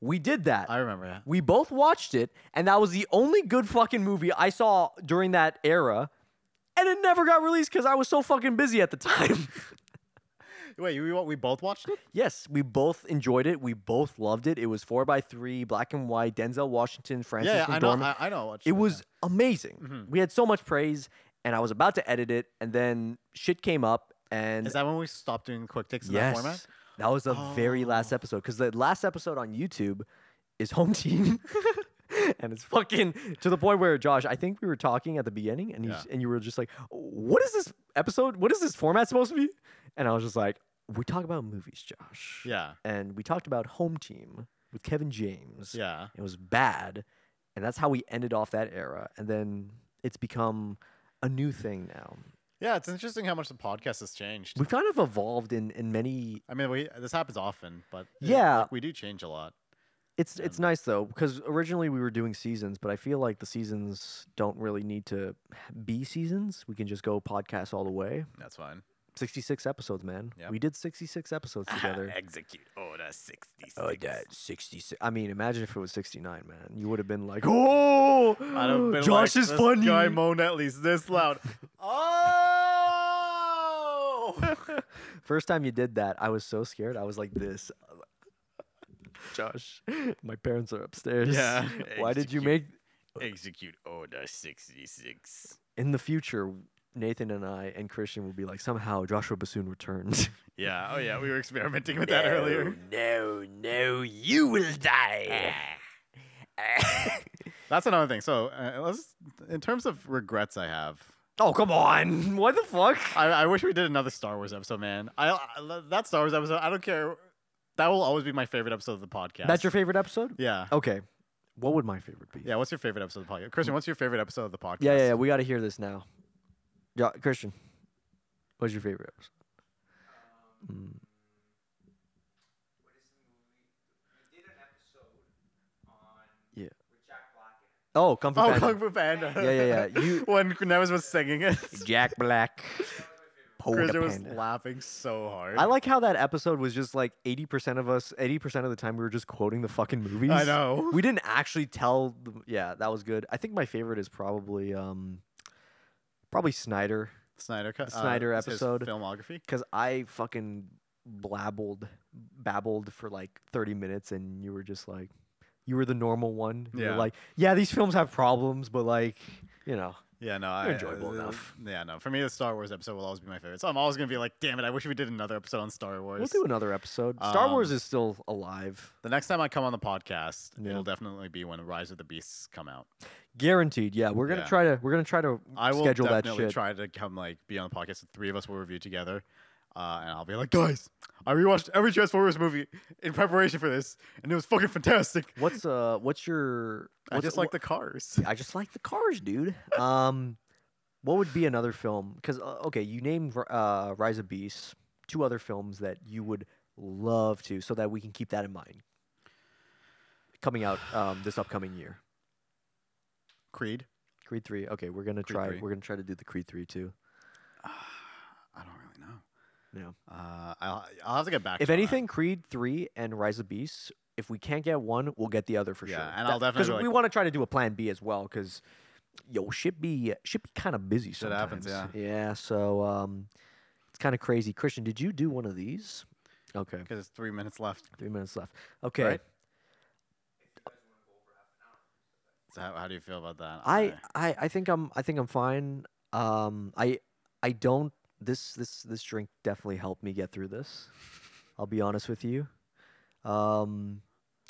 B: We did that.
A: I remember that.
B: We both watched it, and that was the only good fucking movie I saw during that era. And it never got released because I was so fucking busy at the
A: (laughs)
B: time.
A: Wait, we we both watched it.
B: yes, we both enjoyed it. We both loved it. It was 4x3, black and white, Denzel Washington, Francis
A: yeah, yeah I know.
B: McDormand.
A: I, I know. I watched
B: it was amazing.
A: Mhm.
B: We had so much praise, and I was about to edit it, and then shit came up, and
A: Is that when we stopped doing quick takes in that
B: yes,
A: format? Oh.
B: that was the very last episode because the last episode on YouTube is home team, (laughs) and it's fucking to the point where Josh, I think we were talking at the beginning, and you
A: Yeah.
B: and you were just like, "What is this episode? What is this format supposed to be?" And I was just like, "We talk about movies, Josh."
A: Yeah,
B: And we talked about home team with Kevin James.
A: yeah.
B: It was bad, and that's how we ended off that era. And then it's become a new thing now.
A: Yeah, it's interesting how much the podcast has changed.
B: We've kind of evolved in in many
A: I mean, we this happens often, but it-
B: Yeah.
A: like, we do change a lot.
B: It's it's nice though because originally we were doing seasons, but I feel like the seasons don't really need to be seasons. We can just go podcast all the way.
A: That's fine.
B: Sixty six episodes, man.
A: Yep.
B: We did sixty six episodes
A: (laughs)
B: Ah, together. Oh,
A: Execute order 66.
B: sixty six. I mean, imagine if it was sixty nine, man. You would have been like, oh,
A: I'd have been
B: Josh
A: like,
B: is
A: "This
B: funny.
A: Guy moaned at least this
B: (laughs)
A: loud. oh!
B: (laughs) First time you did that, I was so scared. I was like
A: (laughs)
B: this. Josh, (laughs) my parents are upstairs.
A: Yeah.
B: (laughs) Why did you
A: Execute.
B: make
A: Execute order 66.
B: in the future Nathan and I and Christian would be like, somehow Joshua Bassoon returns.
A: Yeah. Oh yeah. We were experimenting with (laughs) that earlier.
D: No, no, you will
A: (laughs)
D: die.
A: That's another thing. So uh, let's, in terms of regrets, I have.
B: oh come on! What the fuck?
A: I, I wish we did another Star Wars episode, man. I, I- that Star Wars episode. I don't care. That will always be my favorite episode of the podcast.
B: That's your favorite episode?
A: Yeah.
B: Okay. What would my favorite be?
A: Yeah. What's your favorite episode of the podcast, Christian? What's your favorite episode of the podcast?
B: Yeah, yeah, yeah. We got to hear this now. Jo- Christian, what's your favorite episode?
A: Um,
B: Mm. Yeah. Oh, Kung Fu
A: Oh,
B: Panda.
A: Kung Fu Panda.
B: Yeah, yeah, yeah. You-
A: (laughs) when Nevis was singing it,
D: Jack Black. Polar
A: Christian was
D: Panda.
A: laughing so hard.
B: I like how that episode was just like 80% of us, 80% of the time we were just quoting the fucking movies.
A: I know. (laughs)
B: We didn't actually tell the, yeah, that was good. I think my favorite is probably um probably Snyder
A: Snyder cut. uh,
B: Snyder
A: his
B: episode.
A: filmography.
B: because I fucking blabbled, babbled for like 30 minutes, and you were just like, you were the normal one. You were
A: Yeah.
B: like, yeah, these films have problems, but like, you know,
A: Yeah, no, I,
B: They're enjoyable
A: uh,
B: enough.
A: Yeah, no, for me the Star Wars episode will always be my favorite. So I'm always gonna be like, damn it, I wish we did another episode on Star Wars.
B: we'll do another episode. Star Wars
A: Um,
B: is still alive,
A: The next time I come on the podcast,
B: Yeah.
A: it'll definitely be when Rise of the Beasts come out.
B: guaranteed. Yeah, we're gonna
A: Yeah.
B: try to, we're gonna try to
A: I will
B: schedule that
A: definitely
B: shit.
A: try to come like be on the podcast. The three of us will review together, uh, and I'll be like, guys, I rewatched every Transformers movie in preparation for this, and it was fucking fantastic.
B: What's uh, what's your?
A: I
B: what's-
A: just like the
B: wha-
A: cars.
B: I just like the cars, dude. Um, what would be another film? Because uh, okay, you named R- uh, Rise of Beasts, two other films that you would love to, so that we can keep that in mind. Coming out um, this upcoming year,
A: Creed.
B: Creed three. Okay, we're gonna
A: Creed
B: try.
A: three.
B: We're gonna try to do the Creed three too.
A: (sighs) I don't really know.
B: Yeah.
A: Uh, I'll, I'll have to get back.
B: If
A: to you on that.
B: anything, Creed three and Rise of Beasts. If we can't get one, we'll get the other for
A: Yeah,
B: sure.
A: and I'll definitely
B: because
A: be
B: we
A: like-
B: want to try to do a plan B as well. Because yo, shit be shit be kind of busy
A: Shit happens,
B: sometimes. yeah. Yeah, so um, it's kind of crazy. Christian, did you do one of these? Okay,
A: because it's three minutes left.
B: three minutes left. Okay,
A: Right. So how, how do you feel about that?
B: I, I I think I'm I think I'm fine. Um, I I don't this this this drink definitely helped me get through this. I'll be honest with you. Um,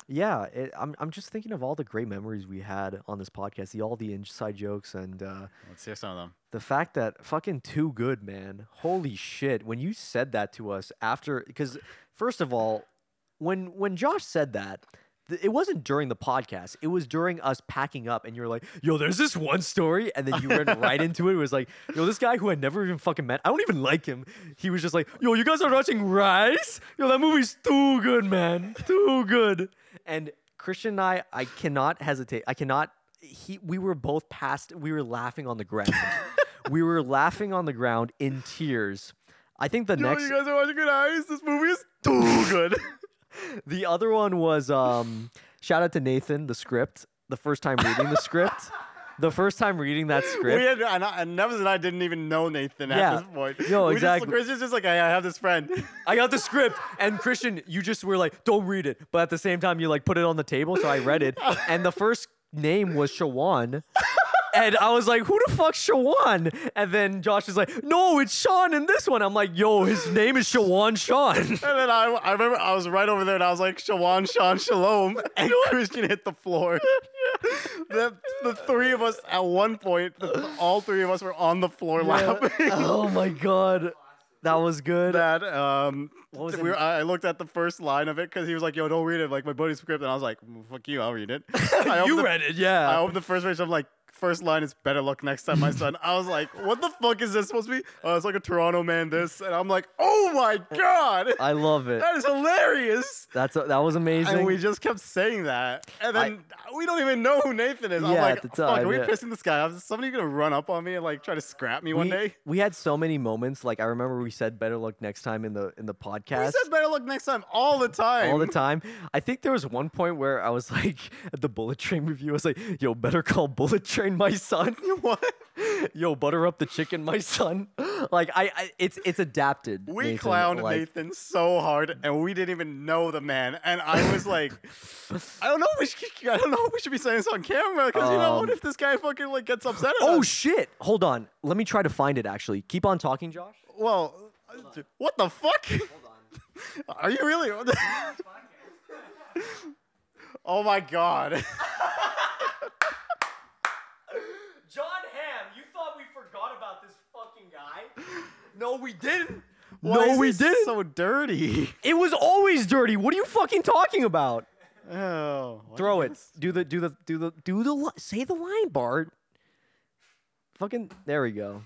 B: yeah, it, I'm I'm just thinking of all the great memories we had on this podcast, the all the inside jokes and uh,
A: Let's hear some of them.
B: the fact that fucking too good, man. Holy shit! When you said that to us after, because first of all, when when Josh said that. th- It wasn't during the podcast. It was during us packing up, and you're like, "Yo, there's this one story," and then you went right into it. It was like, "Yo, this guy who I never even fucking met. I don't even like him. He was just like, yo, you guys are watching Rise? Yo, that movie's too good, man. Too good.'" And Christian and I, I cannot hesitate. I cannot. He, we were both past. We were laughing on the ground. we were laughing on the ground in tears. I think the next,
A: guys are watching Good Eyes. This movie is too good. (laughs)
B: the other one was um, shout out to Nathan. The script. The first time reading the script. The first time reading that script.
A: we had, and, I, and Nevis and I didn't even know Nathan
B: Yeah.
A: at this point.
B: Yo,
A: we
B: exactly.
A: Just, Christian's just like, hey, I have this friend. (laughs)
B: I got the script, and Christian, you just were like, "Don't read it," but at the same time, you like put it on the table, so I read it, and the first name was Shawan, and I was like, "Who the fuck's Shawan?" And then Josh is like, "No, it's Sean in this one." I'm like, "Yo, his name is Shawan Sean." (laughs)
A: And then I, I remember I was right over there and I was like, Shawan, Sean, Shalom. (laughs) And Christian hit the
B: (laughs)
A: floor. the, the three of us at one point, the, all three of us were on the floor laughing.
B: (laughs) oh my god, that was good.
A: That um,
B: What was
A: we
B: it?
A: were, I I looked at the first line of it because he was like, "Yo, don't read it." Like my buddy's script, and I was like, "Mm, "Fuck you, I'll read
B: (laughs)
A: it." I
B: you
A: opened the,
B: read it,
A: I
B: yeah.
A: opened the first page. I'm like, first line is better luck next time, my son. I was like, what the fuck is this supposed to be? Oh, it's like a Toronto man. This, and I'm like, oh my god,
B: I love it.
A: that is hilarious.
B: That's that was amazing.
A: And we just kept saying that, and then we don't even know who Nathan is. I'm
B: Yeah,
A: like,
B: at the
A: fuck,
B: time,
A: are we
B: yeah.
A: pissing this guy off? Is somebody gonna run up on me and like try to scrap me one
B: we,
A: day?
B: we had so many moments. Like I remember we said better luck next time in the in the
A: We
B: podcast.
A: said better luck next time all the time.
B: all the time. I think there was (laughs) one point
A: (laughs)
B: where I was like at the Bullet Train review, I was like, "Yo, better call Bullet Train my son." (laughs)
A: what?
B: Yo, butter up the chicken, my son. (laughs) Like I, I it's it's adapted.
A: We
B: Nathan,
A: clowned
B: like,
A: Nathan so hard, and we didn't even know the man. And I was
B: (laughs)
A: like, I don't know. If we should, I don't know. If we should be saying this on camera because you know what?
B: Um,
A: If this guy fucking like gets upset. At
B: Oh
A: us.
B: shit! Hold on. Let me try to find it. Actually, keep on talking, (laughs) Josh.
A: well, what the fuck? (laughs) Are you really? oh my god.
B: John Ham, you thought we forgot about this fucking guy? (laughs) No, we didn't.
A: Why
B: no,
A: is
B: we
A: this
B: didn't.
A: So dirty.
B: it was always dirty. What are you fucking talking about?
A: Oh,
B: Throw it. Do the do the do the do the li- say the line, Bart. Fucking there we go.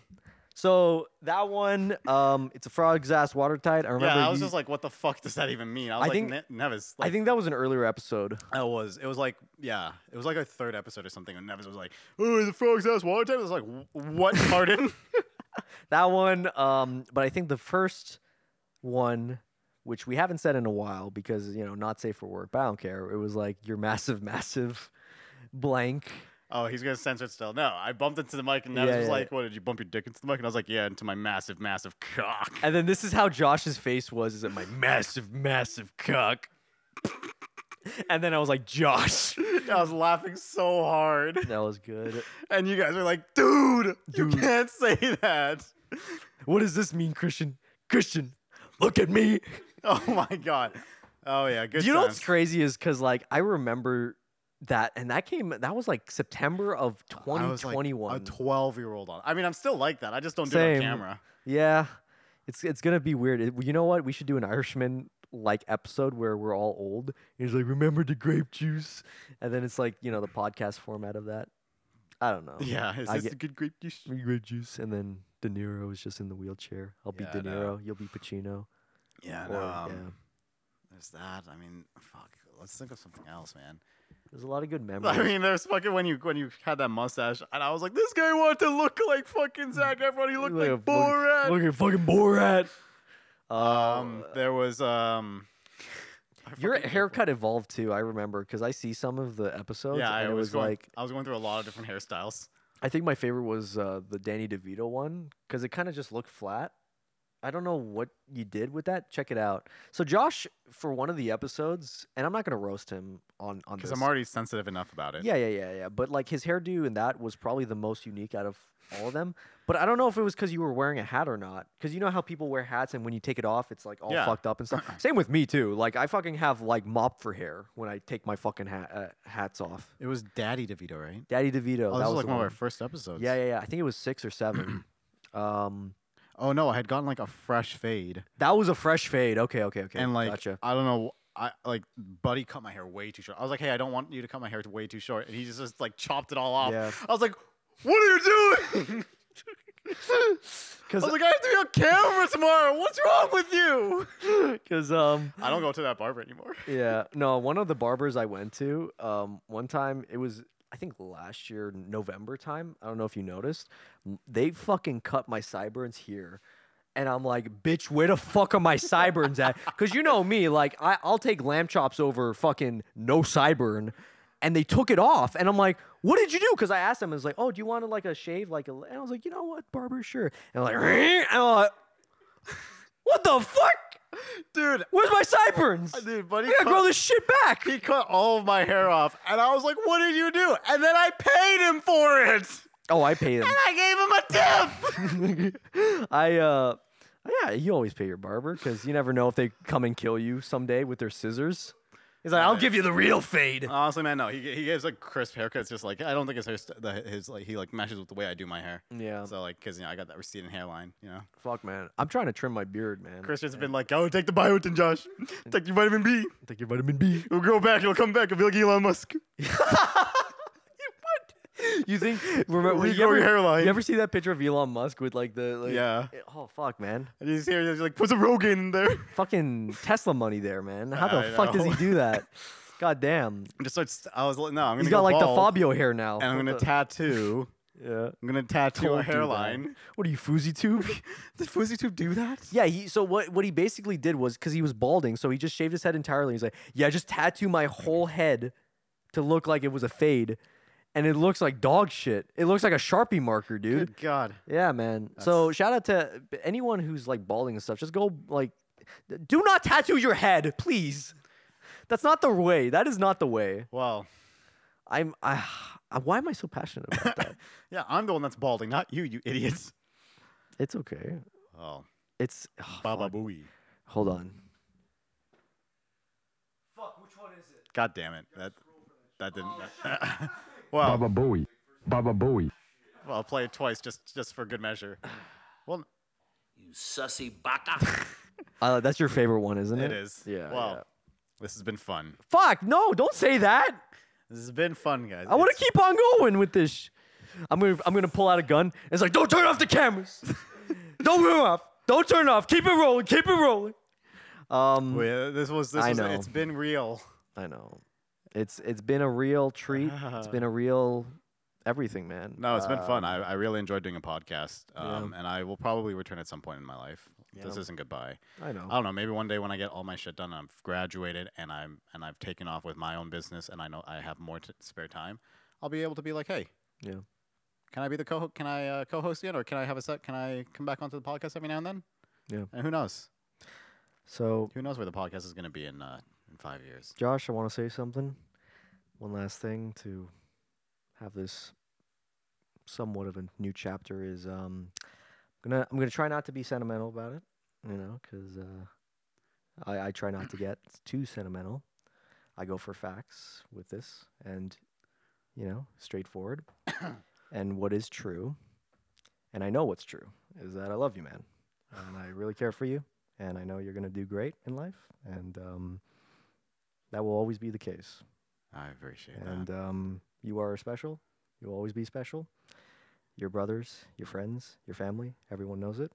B: So that one, um, it's a frog's ass watertight. I remember.
A: Yeah, I was
B: you-
A: just like, what the fuck does that even mean? I was
B: I
A: like,
B: think-
A: ne- Nevis.
B: I
A: Like,
B: think that was an earlier episode.
A: I was. It was like, yeah, it was like a third episode or something. And Nevis was like, "Oh, the frog's ass water type." I was like, "Wh- "What?
B: (laughs)
A: Pardon?"
B: That one, um, but I think the first one, which we haven't said in a while because you know not safe for work, but I don't care. It was like your massive, (laughs) massive blank.
A: oh, he's gonna censor it still. No, I bumped into the mic, and Nevis
B: Yeah,
A: was
B: yeah,
A: like, "What did you bump your dick into the mic?" And I was like, "Yeah, into my massive, massive
B: (laughs)
A: cock."
B: And then this is how Josh's face was: is it my massive, massive cock? (laughs) and then I was like, Josh.
A: I was laughing so hard,
B: That was good.
A: and you guys were like, "Dude, you
B: Dude.
A: can't say that."
B: (laughs)
A: (laughs)
B: What does this mean, Christian? Christian, look at me.
A: Oh my god. Oh yeah, good.
B: Do you know
A: times.
B: what's crazy is because like I remember that, and that came that was like September of
A: I was like
B: 2021.
A: a 12 year old on. I mean, I'm still like that. I just don't do
B: Same.
A: it on camera.
B: Yeah, it's it's gonna be weird. It- you know what? We should do an Irishman like episode where we're all old. And it's like remember the grape juice, and then it's like you know the podcast format of that. I don't know.
A: Yeah, is
B: Oh, I
A: this
B: get-
A: a good grape juice?
B: Remember grape juice, and then De Niro is just in the wheelchair. I'll be
A: Yeah,
B: De
A: I
B: Niro.
A: know.
B: You'll be Pacino.
A: Yeah,
B: or-
A: no, um,
B: yeah.
A: There's that. I mean, fuck. Let's think of something else, man.
B: There's a lot of good
A: (laughs)
B: memories.
A: I mean, there's fucking when you when you had that mustache, and I was like, this guy wanted to look like fucking Zac Efron. He looked
B: Look
A: like,
B: at- look-
A: Borat.
B: look at fucking Borat.
A: um, there was um. I
B: Your
A: fucking-
B: haircut evolved too. I remember because I see some of the episodes.
A: Yeah,
B: and
A: I
B: it
A: was,
B: was
A: going,
B: like
A: I was going through a lot of different hairstyles.
B: I think my favorite was uh, the Danny DeVito one because it kind of just looked flat. I don't know what you did with that. Check it out. So Josh, for one of the episodes, and I'm not gonna roast him on on
A: Because
B: this.
A: I'm already sensitive enough about it.
B: yeah, yeah, yeah, yeah. But like his hairdo and that was probably the most unique out of all of them. But I don't know if it was because you were wearing a hat or not. Because you know how people wear hats and when you take it off, it's like all
A: Yeah.
B: fucked up and stuff.
A: (clears throat)
B: Same with me too. Like I fucking have like mop for hair when I take my fucking hat uh, hats off.
A: It was Daddy DeVito, right?
B: Daddy DeVito.
A: Oh, this
B: that
A: was
B: was
A: like
B: the
A: one of our
B: one.
A: first episodes.
B: Yeah, yeah, yeah. I think it was six
A: (clears throat)
B: or seven. um,
A: Oh no, I had gotten like a fresh fade,
B: that was a fresh fade. Okay, okay, okay.
A: and like
B: gotcha.
A: I don't know, I like Buddy cut my hair way too short. I was like, hey, I don't want you to cut my hair way too short, and he just, just like chopped it all off.
B: Yeah.
A: I was like, what are you (laughs) doing? (laughs) I
B: Because
A: was
B: (laughs)
A: like, I have to be on camera tomorrow. What's wrong with you?
B: (laughs) because um
A: I don't go to that barber anymore.
B: yeah no one of the barbers I went to um one time it was I think last year November time I don't know if you noticed m- they fucking cut my sideburns here. And I'm like, bitch, where the fuck are my sideburns (laughs) at? Because you know me, like, I, I'll take lamb chops over fucking no sideburn. and they took it off. And I'm like, what did you do? Because I asked them, I was like, oh, do you want to like a shave? Like, a, and I was like, you know what, barber, sure. And I'm like, (laughs) "Eh?" and I'm like, what the fuck, dude? Where's my sideburns? (laughs) I
A: Uh, Dude, buddy,
B: gotta
A: cut-
B: grow this shit back.
A: he cut all of my hair off, and I was like, what did you do? And then I paid him for it,
B: Oh, I (laughs) paid
A: and I gave him a tip.
B: him. I uh, yeah, you always pay your barber because you never know if they come and kill you someday with their scissors. Uh, He's like, I'll give you the real fade.
A: Honestly, man, no. He he gives like crisp haircuts. Just like I don't think his hair, st- the, his like he like matches with the way I do my hair.
B: Yeah.
A: So like, cause you know I got that receding hairline. You know,
B: Fuck, man. I'm trying to trim my beard, man.
A: Christian's been like, "Oh, take the biotin, (laughs) Josh. Take your vitamin B.
B: take your vitamin B.
A: It'll grow back. It'll come back. It'll be like Elon Musk.
B: (laughs) You (laughs) think? Remember,
A: Regrow
B: you, ever,
A: your hairline.
B: you ever see that picture of Elon Musk with like the like,
A: Yeah.
B: Oh fuck, man!
A: And he's here. He's like, put some Rogaine in (laughs) there.
B: (laughs) Fucking Tesla money there, man. How the
A: I
B: fuck does he
A: know.
B: do (laughs) that? God damn!
A: And just starts. I was like, no, I'm gonna.
B: He's
A: go
B: got like the
A: bald,
B: Fabio hair now.
A: And I'm
B: What
A: gonna
B: the-
A: tattoo.
B: yeah.
A: I'm (laughs) gonna tattoo
B: Don't do
A: a
B: that.
A: hairline.
B: What are you, Foozy Tube?
A: Did Fuzzy Tube do that?
B: yeah. He so what? What he basically did was because he was balding, so he just shaved his head entirely. He's like, yeah, just tattoo my whole head to look like it was a fade. and it looks like dog shit. It looks like a Sharpie marker, dude.
A: Good God.
B: Yeah, man. So shout out to b- anyone who's like balding and stuff. Just go like, d- do not tattoo your head, please. That's not the way. That is not the way.
A: Well,
B: I'm. I, (sighs) why am I so passionate about that?
A: yeah, I'm the one that's balding, not you, you idiots.
B: it's okay.
A: Oh,
B: It's (sighs) oh,
A: Baba
B: fuck.
A: Booey.
B: Hold on.
A: God damn it. That that didn't. (laughs) well,
E: Baba Booey. Baba Booey.
A: well, I'll play it twice just just for good measure. Well,
F: Sussy baka.
B: Uh, that's your favorite one, isn't it?
A: it is.
B: (laughs) Yeah.
A: Well,
B: yeah.
A: this has been fun.
B: Fuck no! Don't say that.
A: This has been fun, guys.
B: I want to
A: It's-
B: keep on going with this. sh- I'm gonna I'm gonna pull out a gun. And it's like, don't turn off the cameras. (laughs) don't turn off. Don't turn off. Keep it rolling. Keep it rolling. Um,
A: We- uh, this was this
B: I
A: was,
B: know.
A: it's been real.
B: I know. It's it's been a real treat. it's been a real everything, man.
A: Ah. No, it's been
B: Uh,
A: fun. I, I really enjoyed doing a podcast, um, and I will probably return at some point in my life. This isn't goodbye.
B: I know.
A: I don't know. Maybe one day when I get all my shit done, I've graduated and I'm and I've taken off with my own business, and I know I have more t- spare time. I'll be able to be like, hey,
B: Yeah.
A: can I be the co can I uh, co-host yet, or can I have a set? Can I come back onto the podcast every now and then?
B: Yeah.
A: And who knows?
B: So,
A: Who knows where the podcast is going to be in uh, in five years?
B: Josh, I want to say something. One last thing to have this somewhat of a new chapter is um, I'm gonna I'm gonna try not to be sentimental about it, you know, because uh, I I try not to get too sentimental. I go for facts with this, and you know, straightforward, and what is true, and I know what's true is that I love you, man, and I really care for you, and I know you're gonna do great in life, and um, that will always be the case.
A: I appreciate
B: And
A: that.
B: um, you are special. You'll always be special. Your brothers, your friends, your family, everyone knows it.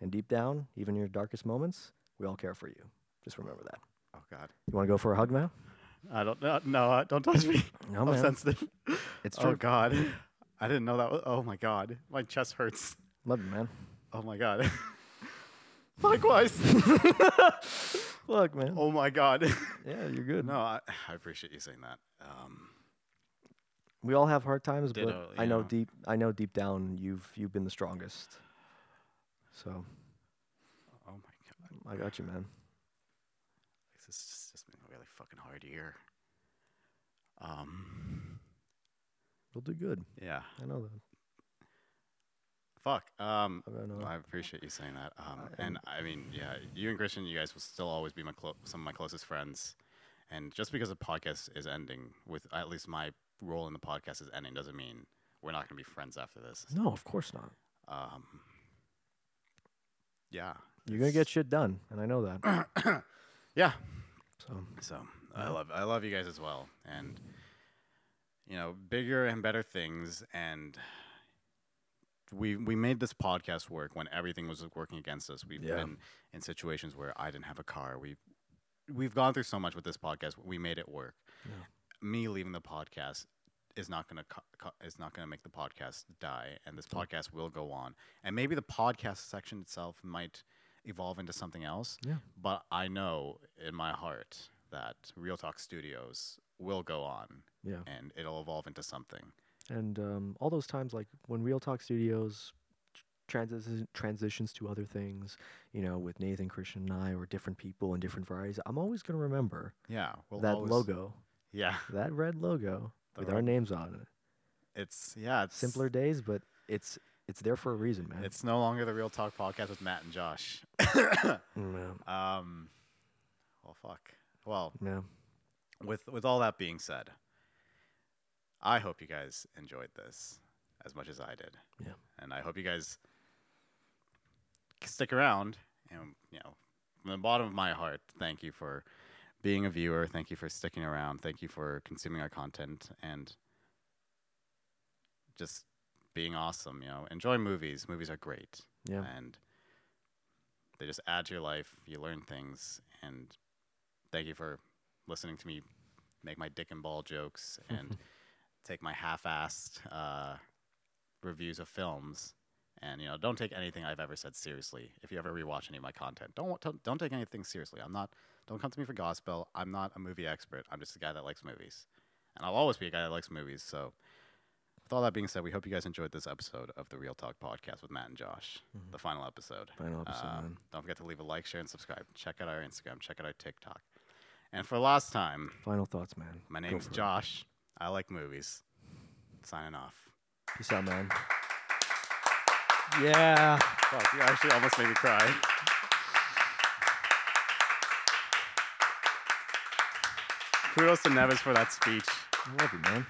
B: And deep down, even in your darkest moments, we all care for you. Just remember that.
A: Oh God,
B: You want to go for a hug now?
A: I don't know. No, uh, don't touch (laughs) me.
B: No,
A: I'm
B: man.
A: sensitive.
B: It's
A: Oh
B: true.
A: God, I didn't know that. Was, oh my God, my chest hurts.
B: Love you,
A: (laughs)
B: man.
A: Oh my God. (laughs) Likewise. (laughs)
B: Look, man.
A: oh my (laughs) God.
B: Yeah, you're good.
A: no, I, I appreciate you saying that. Um,
B: We all have hard times,
A: Ditto,
B: but I
A: you
B: know
A: know.
B: deep. I know deep down, you've you've been the strongest. So
A: oh my God,
B: I got you, man.
A: this is just, just been really fucking hard year. Um,
B: You'll do good.
A: yeah.
B: I know that.
A: Fuck. Um,
B: I know.
A: well, I appreciate you saying that. Um, and I mean, yeah, you and Christian, you guys will still always be my clo- some of my closest friends. And just because the podcast is ending, with at least my role in the podcast is ending, doesn't mean we're not going to be friends after this.
B: No, of course not.
A: Um, yeah.
B: You're gonna get
A: it's-
B: shit done, and I know that.
A: (clears throat) yeah.
B: So
A: So I love I love you guys as well, and you know bigger and better things, and we we made this podcast work when everything was working against us. We've
B: Yeah.
A: been in situations where I didn't have a car. We we've gone through so much with this podcast. We made it work. Me leaving the podcast is not gonna co- co- is not gonna make the podcast die, and this podcast will go on. And maybe the podcast section itself might evolve into something else.
B: Yeah.
A: But I know in my heart that Real Talk Studios will go on
B: yeah.
A: and it'll evolve into something.
B: and um, all those times like when real talk studios transitions transitions to other things you know with nathan christian and i or different people and different varieties i'm always going to remember
A: Yeah. We'll
B: that
A: always-
B: logo
A: Yeah.
B: that red logo
A: The
B: with
A: red-
B: our names on it
A: It's yeah. It's
B: simpler days but it's it's there for a reason man
A: It's no longer the Real Talk podcast with Matt and Josh.
B: Mm,
A: um. Well, fuck. Well,
B: yeah, yeah.
A: with with all that being said, I hope you guys enjoyed this as much as I did.
B: Yeah.
A: And I hope you guys stick around and you know, from the bottom of my heart, thank you for being a viewer, thank you for sticking around, thank you for consuming our content and just being awesome, you know. Enjoy movies. Movies are great
B: yeah
A: and they just add to your life. You learn things, and thank you for listening to me make my dick and ball jokes and take my half-assed uh, reviews of films. And you know, don't take anything I've ever said seriously. If you ever rewatch any of my content, don't wa- don't- don't take anything seriously. I'm not. Don't come to me for gospel. I'm not a movie expert. I'm just a guy that likes movies, and I'll always be a guy that likes movies. So With all that being said, we hope you guys enjoyed this episode of the Real Talk Podcast with Matt and Josh, the final episode.
B: Final episode, man.
A: Um, Don't forget to leave a like, share, and subscribe. Check out our Instagram. Check out our TikTok. And for last time,
B: Final thoughts, man.
A: my name's Josh. I like movies. Signing off.
B: Peace out, man. Yeah.
A: Fuck, you actually almost made me
B: (laughs)
A: cry. Kudos to Nevis for that speech.
B: I love you, man.